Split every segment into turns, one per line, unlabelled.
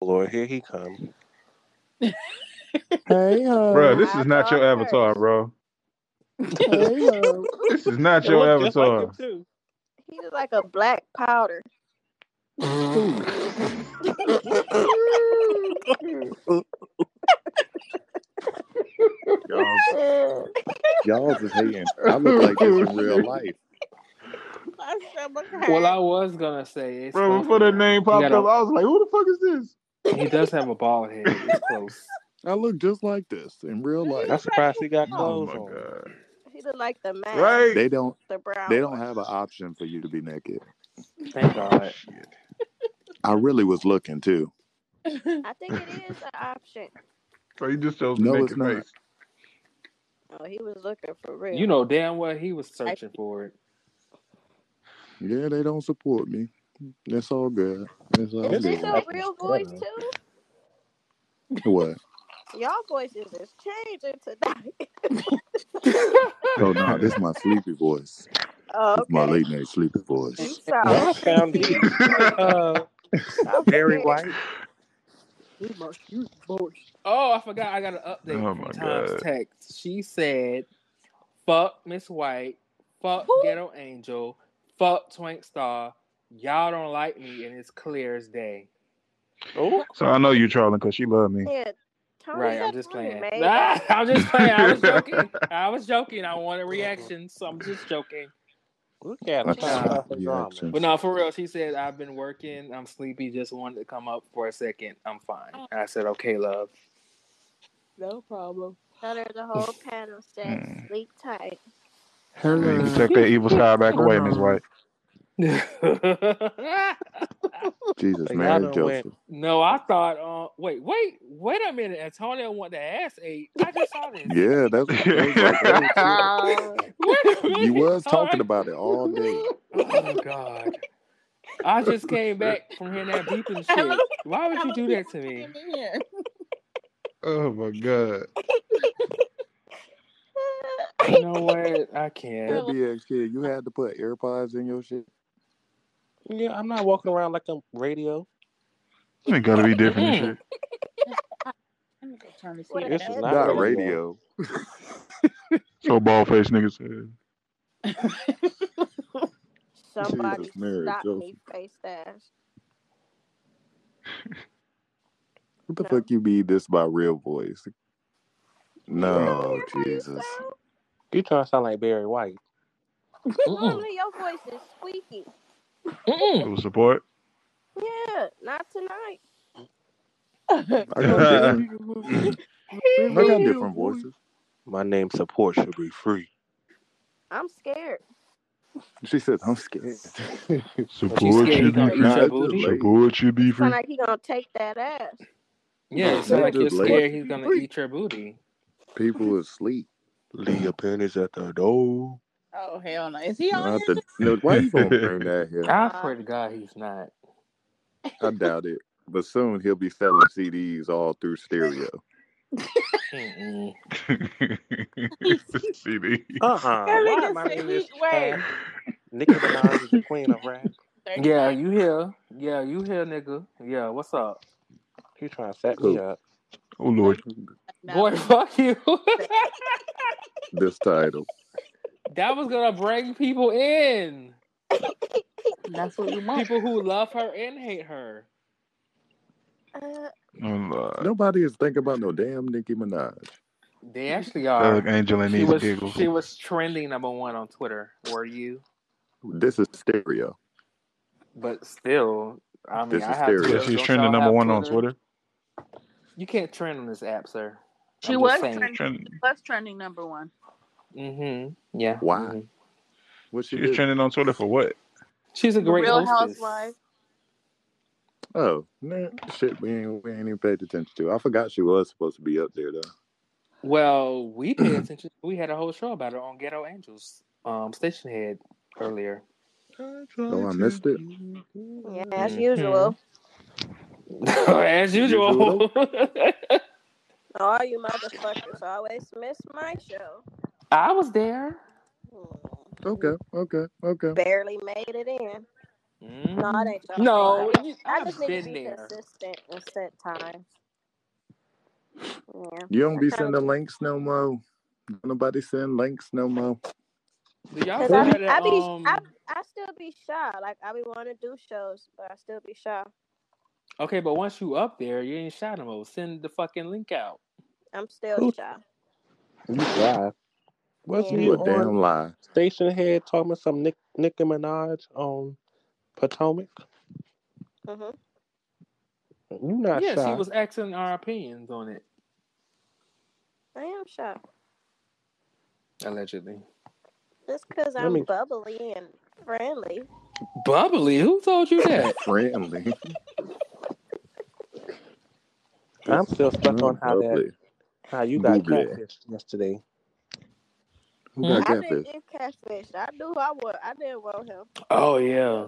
Lord, here he come.
Hey ho.
Bro, this
I
is not your
thought
avatar,
first.
bro.
Hey ho.
This is not
It
your
looked just like
avatar.
him, too.
He's like a black powder.
Y'all, y'all is hating. I look like this in real life.
My stomach hurts.
Well, I was gonna say it's
Bro,
close
before that
enough.
name
He
popped
got
up,
a-
I was like, who the fuck is this?
He does have a bald head. It's close.
I look just like this in real
I'm
life.
surprised he got
Oh
clothes
my
on.
god.
he look like the man.
Right?
They don't.
The brown.
They don't
one.
have an option for you to be naked.
Thank God.
I really was looking too.
I think it is an option.
So you just chose the
No,
naked
it's not.
face.
Oh, he was looking for real.
You know damn well he was searching for it.
Yeah, they don't support me. That's all good. That's all
This
Is this
is
good.
your
fucking
real voice
better.
too?
What?
Y'all voices is changing tonight.
Oh no, this is my sleepy voice.
oh,
This
okay.
is my late night sleepy
You
voice.
Well,
sound
I found these. Uh, Barry White.
Oh, I forgot. I got an update
Oh,
from
my
Tom's
God.
text. She said, "Fuck Miss White, fuck
Who?
Ghetto Angel, fuck Twink Star. Y'all don't like me, and it's clear as day."
Oh,
So I know you trolling because she loved me.
Yeah, Tony,
Right, I'm
that's
just
funny, man.
playing. Nah, I'm just playing. I was joking. I was joking. I wanted reactions, so I'm just joking.
look at him.
That's
trying to
Nah.
up the drama.
Reaction.
But no, for real, she said, I've been working. I'm sleepy. Just wanted to come up for a second. I'm fine. And I said, okay, love.
No problem. So there's a whole panel says
Hmm.
sleep tight.
You need to take that evil side back away, Miss White.
Jesus,
Like, I
Mary
done
Joseph.
no, I thought, uh, wait, wait, wait a minute. Antonio want the ass ate. I just saw this.
Yeah, that's that
Wait a
was-
minute.
you was
All
talking about it all day.
right. Oh, God. I just came back from hearing that beeping shit. Why would you do that to me?
Oh my god.
You know what? I
That
can't.
BX kid, you had to put AirPods in your shit.
Yeah, I'm not walking around like a radio.
You ain't gotta be different and shit.
What
This is
an
not
Not
radio.
radio.
So bald faced niggas. uh, said.
Somebody
Jesus, Mary
stop
Joseph.
me face dash.
What the
No.
fuck you be this by real voice? No,
You hear how you
Oh, Jesus.
sound?
You trying to sound like Barry White.
Mm-mm.
Normally your voice is squeaky.
Mm-mm.
It was support.
Yeah, not tonight.
I got different, I got different voices.
My name support should be free.
I'm scared.
She said, I'm scared.
Support
scared he
should be
gonna eat your
free.
booty?
Support "Oh, should be free.
Sound like he gonna take that ass.
Yeah, so
Not
like you're
just late.
scared he's gonna eat your booty.
People asleep.
Leah Penn is at the door.
Oh hell no! Is he on?
Not
here?
the, Look, why you gonna bring that here?
I swear to God, he's not.
I doubt it. But soon he'll be selling CDs all through stereo.
Mm-mm.
CD.
Uh huh.
That
Why
nigga
am I
said
in
he-
this?
wait.
Wait. Nicki Minaj is the queen of rap.
Yeah, you here? Yeah, you here, nigga? Yeah, what's up,
He trying to set me
Who?
up.
Oh Lord.
No.
boy? Fuck you.
This title.
that was gonna bring people in.
That's what you want.
People who love her and hate her.
Uh,
Oh Lord.
Nobody is thinking about no damn Nicki Minaj.
They
Mm-hmm.
actually
Doug
are.
Angel and
uh, She
these
was
giggles.
she was trending number one on Twitter. Were you?
This is stereo.
But still, I mean,
This
I
is
have.
serious.
Twitter.
Yeah, she's
Don't
trending
y'all
number
have
one on Twitter.
You can't trend on this app, sir. I'm
She
just
was
saying.
trending,
Trend,
was trending number one.
Mm-hmm. Yeah.
Why?
Mhm.
What she,
she
did?
was trending on Twitter for what?
She's a
The
great
Real
hostess.
Housewife.
oh, nah, shit, we ain't, we ain't even paid attention to. I forgot she was supposed to be up there, though.
Well, we paid attention. We had a whole show about it on Ghetto Angels, um, Station Head earlier.
Oh, I missed it.
yeah, as
Mhm.
usual.
As usual.
All you motherfuckers always miss my show.
I was there.
Hmm.
Okay, okay, okay.
Barely made it in.
Mm-hmm.
No, it ain't your
No,
fault.
it is-
I
I've
just need to
been
be
there.
consistent and set times. Yeah.
You don't be
That's how
sending
it-
links no more. Don't Nobody send links no more.
Do y'all
Cause
still
I,
have that?
I be,
Um,
I, I still be shy. Like I be wanting to do shows, but I still be shy.
okay, but once you up there, you ain't shot no more. Send the fucking link out.
I'm still
Who-
shy.
You lie. Wasn't
Yeah.
You
you
a damn
on
lie.
station head talking about some Nick Nicki Minaj on Potomac?
hmm
You not
yeah,
shy.
she was asking our opinions on it
I am shy.
allegedly.
Just because
Let
I'm
me-
bubbly and friendly.
Bubbly, who told you that?
Friendly.
I'm still
mm-hmm.
stuck on how that
Lovely.
how you got
Bubbly.
catfish yesterday.
Who got
Mm-hmm. I didn't
catfish?
get catfish. I knew I was. I didn't want him.
Oh yeah.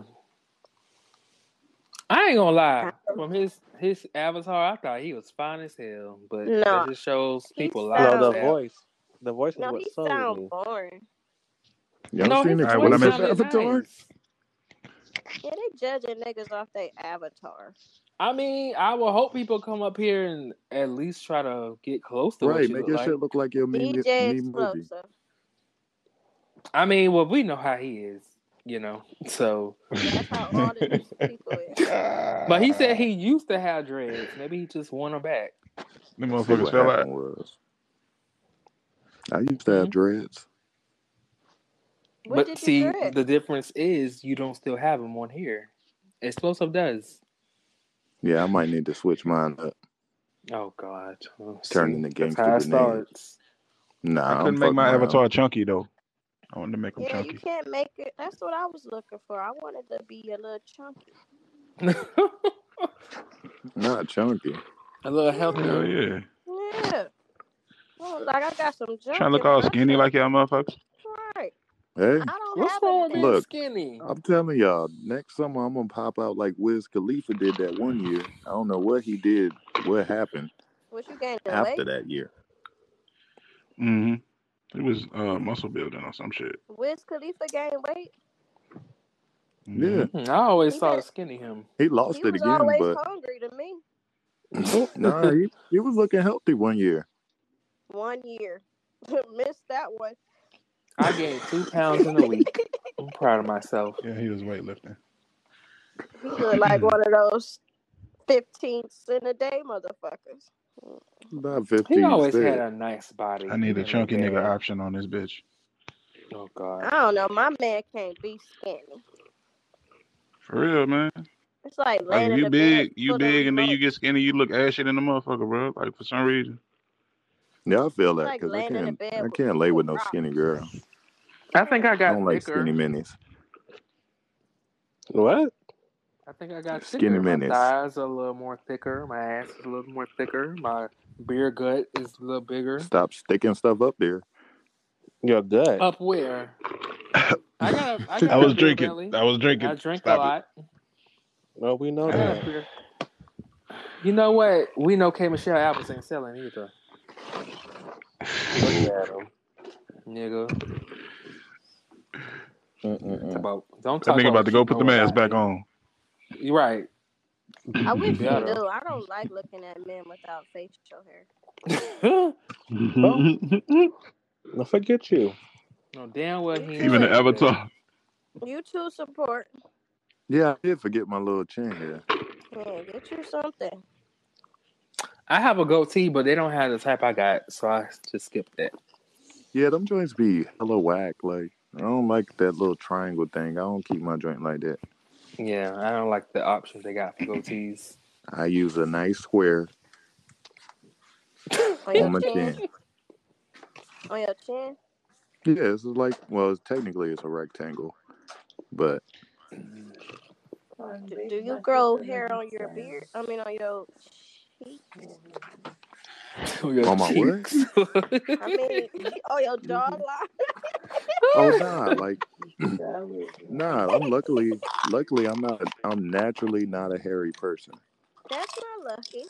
I ain't gonna lie. From his his avatar, I thought he was fine as hell. But
No.
that just shows
He
people lie.
No,
sound-
the
on this app.
voice, the voice is
No,
what
he
sold
sound
me.
boring.
Y'all
no,
seen
his
the
All right, well,
voice
Twitch
I'm in-
sounded
avatar?
nice.
Yeah, they judging niggas off their avatar.
I mean, I will hope people come up here and at least try to get close to what
Right,
you
make
look
your
like.
shit look like your me,
DJ
me movie.
Explosive.
I mean, well, we know how he is, you know. So,
That's how all of these people is.
but he said he used to have dreads. Maybe he just want them back.
Them
See
motherfuckers
what
fell out.
happened was I used to
Mm-hmm.
have
Mhm.
dreads.
What
but
did
see,
you dread?
the difference is you don't still have them on here. Explosive does.
Yeah, I might need to switch mine up.
Oh God, Oh,
Turn
see,
into
that's
gangster
how it
grenade.
starts.
Nah,
I
I'm
couldn't make
fucking
my
around.
avatar chunky though. I wanted to make them
yeah, you
chunky.
can't make it. That's what I was looking for. I wanted to be a little chunky.
Not chunky.
A little healthy.
Hell yeah.
Yeah. I was like, I got some junk.
Trying to look
in
all
my
skinny
shit.
like hmm, y'all motherfuckers.
Right.
Hey,
I don't
What's
have
wrong with
a
being
Look. Uh,
skinny?
I'm telling y'all, next summer I'm gonna pop out like Wiz Khalifa did that one year. I don't know what he did, what happened
What you gained the weight?
after that year.
hmm It was uh, muscle building or some shit.
Wiz Khalifa gained weight.
Yeah,
Mhm.
Hmm, I always
He
saw
did.
skinny him.
he lost
He
it
was
again,
always
but
hungry to me.
nah, he, he was looking healthy one year.
One year. Missed that one.
I gained two pounds in a week. I'm proud of myself.
Yeah, he was weightlifting.
He looked like one of those 15 cent a day motherfuckers.
About
He
15
always had
said.
a nice body.
I need
He
a
didn't
chunky
look
nigga
bad.
option on this bitch.
Oh God.
I don't know. My man can't be skinny.
For real, man.
It's like
Like if
laying in
you
the bed
big, you
full of
big, and then you
remotes.
get skinny, you look ashy in the motherfucker, bro. Like for some reason.
Yeah, I feel
It's
that
like
because I
laying in the
can't,
bed
I
with,
can't lay
full
with
of
no
rocks.
skinny girl.
I think I
I don't
got
like skinny
thicker.
minis.
What?
I think I got
Skinny
thicker. My
minis.
thighs are a little more thicker. My ass is a little more thicker. My beer gut is a little bigger.
Stop sticking stuff up there.
Your gut.
Up where? I got a I got
I
a
was
beer
drinking.
belly.
I was drinking.
I drink a
Stop it.
lot.
Well, we know
I got a
that.
beer. You know what? We know K Michelle Apples ain't selling either,
Look at him.
nigga. It's
Mm-mm-mm.
about don't
That
talk
nigga
about
about
what
to
you
go put
know
the mask
about
back
me.
on.
You're right.
I wish
You
you
better.
do. I don't like looking at men without facial hair.
no,
Oh.
Now forget you.
damn well
You
he ain't
Even the
too.
got that.
avatar.
You too support.
Yeah, I did forget my little chin here.
Yeah, get you something.
I have a goatee, but they don't have the type I got, so I just skipped that.
Yeah, them joints be hella whack. Like, I don't like that little triangle thing. I don't keep my joint like that.
Yeah, I don't like the options they got for goatees.
I use a nice square
On your
on my
chin.
chin.
On your chin.
Yeah, this is like, well, it's, technically it's a rectangle, but
Do, do you grow hair on your beard? I mean, on your. cheek?
On Oh, your
on my what?
cheeks.
I mean, on your
Mm-hmm.
jawline.
Oh nah, like nah. I'm luckily, luckily I'm not. I'm naturally not a hairy person.
That's not lucky.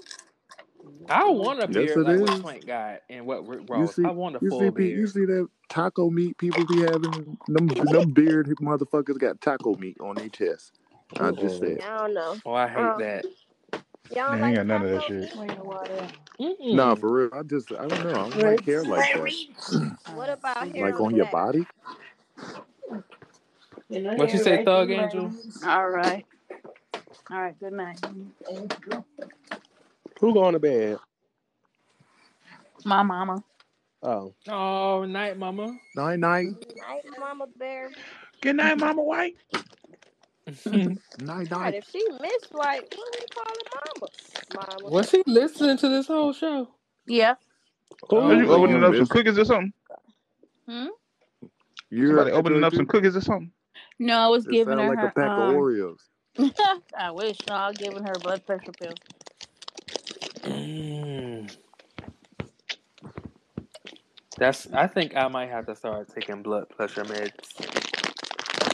I want a
Yes,
beard
it
like
is.
what Twink got and what Rick
You
Ross.
see,
I want a
you see,
full
pe- you
beard.
see that taco meat people be having. Them, them beard motherfuckers got taco meat on their chest. I just said.
I don't know.
Oh, I hate
Um,
that.
Y'all
Man,
like
ain't got none of that
tacos?
shit.
Mm-mm.
No, for real. I just I don't know. I don't like hair like that.
What about hair
Like
on,
on your
your back?
body?
What you say, Thug Angel?
All right. All right. Good night.
Who going to bed?
My mama.
Oh,
Oh, night, mama.
Night night.
Night, Mama Bear.
Good night, Mama White.
Night
God,
night.
if she missed White, what we calling Mama? Mama.
Was she listening to this whole show?
Yeah.
Are you
Oh,
opening
man,
up some
this-
cookies or something?
Hmm?
You're
Somebody opening up some cookies or something?
No, I was
It
giving
sounds
her
like a
her.
pack of
um,
Oreos.
I wish. No, I was giving her blood pressure pills.
Mm. That's. I think I might have to start taking blood pressure meds.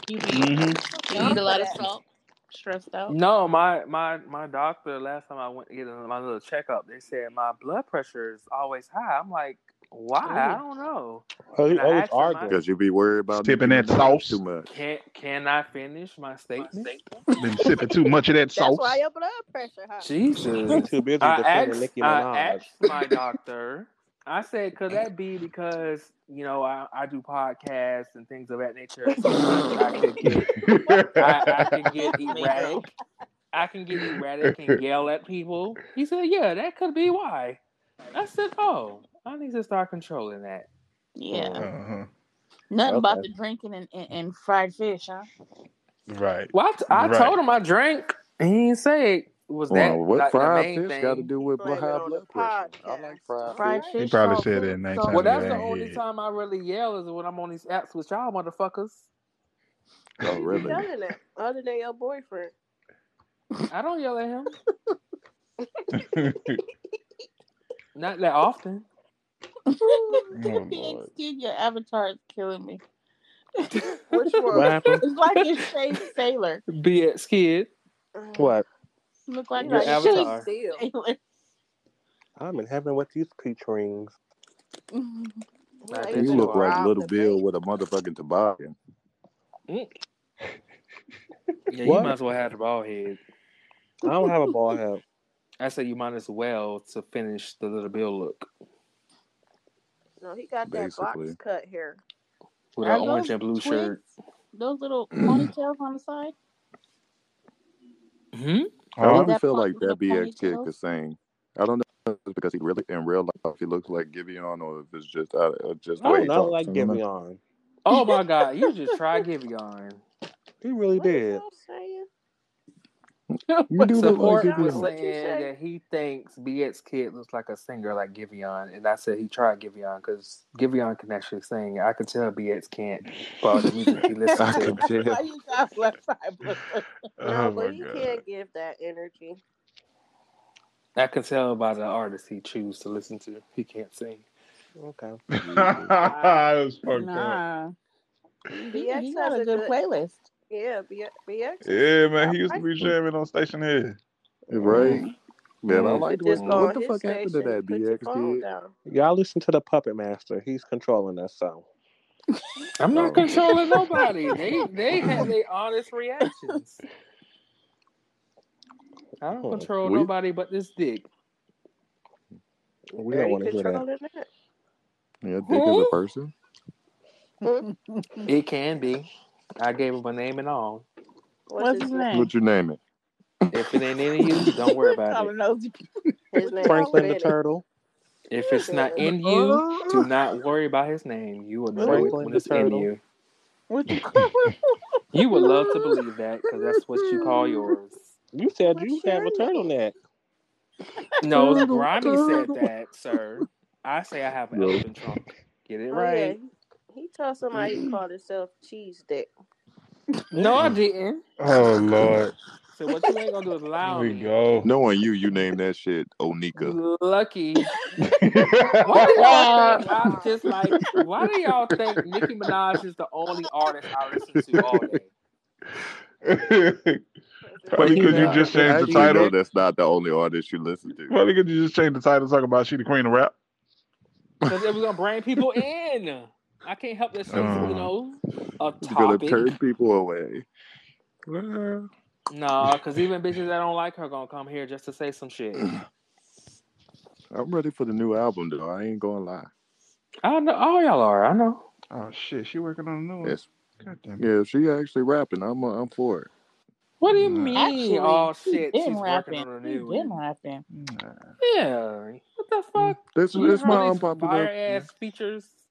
You, be,
Mm-hmm.
you eat a lot of salt. Stressed out.
No, my my my doctor last time I went to get my little checkup, they said my blood pressure is always high. I'm like, why? I don't know.
oh you
Can I
always
ask him
arguing.
Because you be worried about
Sipping
niggas doing
that sauce.
too much.
Can can I finish my statement?
Been sipping too much of that
That's
sauce.
why your blood pressure high.
You
Jesus.
too busy
I
defending
asked,
Nicki
I
Minaj.
asked my doctor. I said, could that be because, you know, I, I do podcasts and things of that nature. Sometimes I could get I, I could get erratic. I can get erratic and yell at people. He said, Yeah, that could be why. I said, Oh, I need to start controlling that.
Yeah.
Uh-huh.
Nothing about
Okay.
the drinking and, and, and fried fish, huh?
Right.
Well, I, t- I
Right.
told him I drank and he didn't say it. was
Well,
that
what
like the
fried
main
fish got to
thing.
do with bl-
Blame it
high
on the
blood pressure? I like fried
podcast.
Fried
fish.
He
fish,
probably
salt
said that
food,
nighttime
Well,
and
salt.
it
that's the
ain't
only
hit.
time I really yell is when I'm on these apps with y'all motherfuckers.
Oh,
Who you
really?
yelling at? Other than your boyfriend.
I don't yell at him. Not that often.
Oh, Lord.
Dude, your avatar is killing me.
Which
What
one?
happened?
It's like you're Shay Sailor.
Be it skid.
What?
You look like
Your
a
avatar.
Shay Sailor.
I'm in heaven with these peach rings.
Look like
I bet
You
you
you
look
just
are.
like
robbed
Little
the
Bill
bank.
with a motherfucking toboggan.
Yeah, you
What?
might as well have the ball head.
I don't have a ball head.
I said you might as well to finish the little bill look
No, he got that box
Basically.
cut here.
with
Are
an orange
those
and blue
twigs?
shirt.
Those little ponytails on the side?
Hmm?
I
Huh?
Is
really
that
feel
part
like
of the
that BX kid
ponytails?
could sing. I don't know if it's because he really in real life he looks like Giveon or if it's just out of, uh, just the
I
way
don't
he
know. I
talks.
Like
I don't know.
Giveon,
Oh my god, you just try Giveon.
he really
What is
did.
y'all saying?
You do look like
Support
Y'all
was
Giveon.
what you
saying
say?
that he thinks BX Kid looks like a singer like Giveon, and I said he tried Giveon because Giveon can actually sing. I could tell BX can't for all the music he listened
I
to.
could tell.
Why you got left side blood pressure?
No,
Oh,
but
my
he
God.
can't give that energy.
I can tell by the artist he choose to listen to. He can't sing.
Okay.
Jesus.
that was
Oh,
fucked up.
Nah. He,
BX
he
has
got
a
a good
good-
playlist.
Yeah, B- BX is.
Yeah, man.
I
He used to
like
be jamming on Station Head.
Right? Man, I
Mm.
like
should
what
just go
what
on
the
his
fuck happened to
station
that
and put your
BX
phone
kid?
down.
Y'all listen to the puppet master. He's controlling us, so
I'm not
Oh,
controlling nobody. They they had their honest reactions. I don't
hmm.
control
we
nobody but this dick.
we
There
don't
you
want to hear that.
controlling that.
yeah, Dick is a
Who?
person.
It can be. I gave him a name and all.
What's his
What's his
name?
name?
What you name it?
If it ain't in you, don't worry
We're
about it.
calling those people.
His name is
Franklin the
Benny.
turtle.
If it's not
Benny.
in you, do not worry about his name. You will know it
Franklin
when
the
it's in
turtle.
you.
What you call
You would love to believe that because that's what you call yours.
You said you
What's
have a
your name?
turtleneck.
No,
Turtle,
Grimy said
turtle.
that, sir. I say I have an
Yo,
elephant trunk. Get it
Oh yeah,
right.
he, he told somebody he called himself Cheese Dick.
No, I didn't.
Oh, Lord.
So what you ain't gonna do is lie
Here
on
we
me.
go.
knowing you, you named that shit Onika.
You lucky. Why do y'all think I
That's
just like? Why do y'all think Nicki Minaj is the only artist I listen to all day?
Funny because
Funny
you
enough,
just changed the
actually, no,
title.
that's not the only artist you listen to.
Funny because you just changed the title. Talking about she the queen of rap.
Because it was gonna bring people in. I can't help that she's you
Uh,
know a
You're gonna
topic.
turn people away.
well,
No, because even bitches that don't like her gonna come here just to say some shit.
I'm ready for the new album though. I ain't gonna lie.
I know all y'all are. I know.
Oh shit, she working on a
Mm.
new one.
Yes.
God damn it.
Yeah, if she actually rapping, I'm uh, I'm for it.
What do you
Nah.
mean?
Actually,
oh
she
shit,
been
she's
rapping.
working on a
She
new
been
one.
rapping.
Nah.
Yeah. What the fuck?
This
You
is
heard
my
these fire
unpopular.
ass features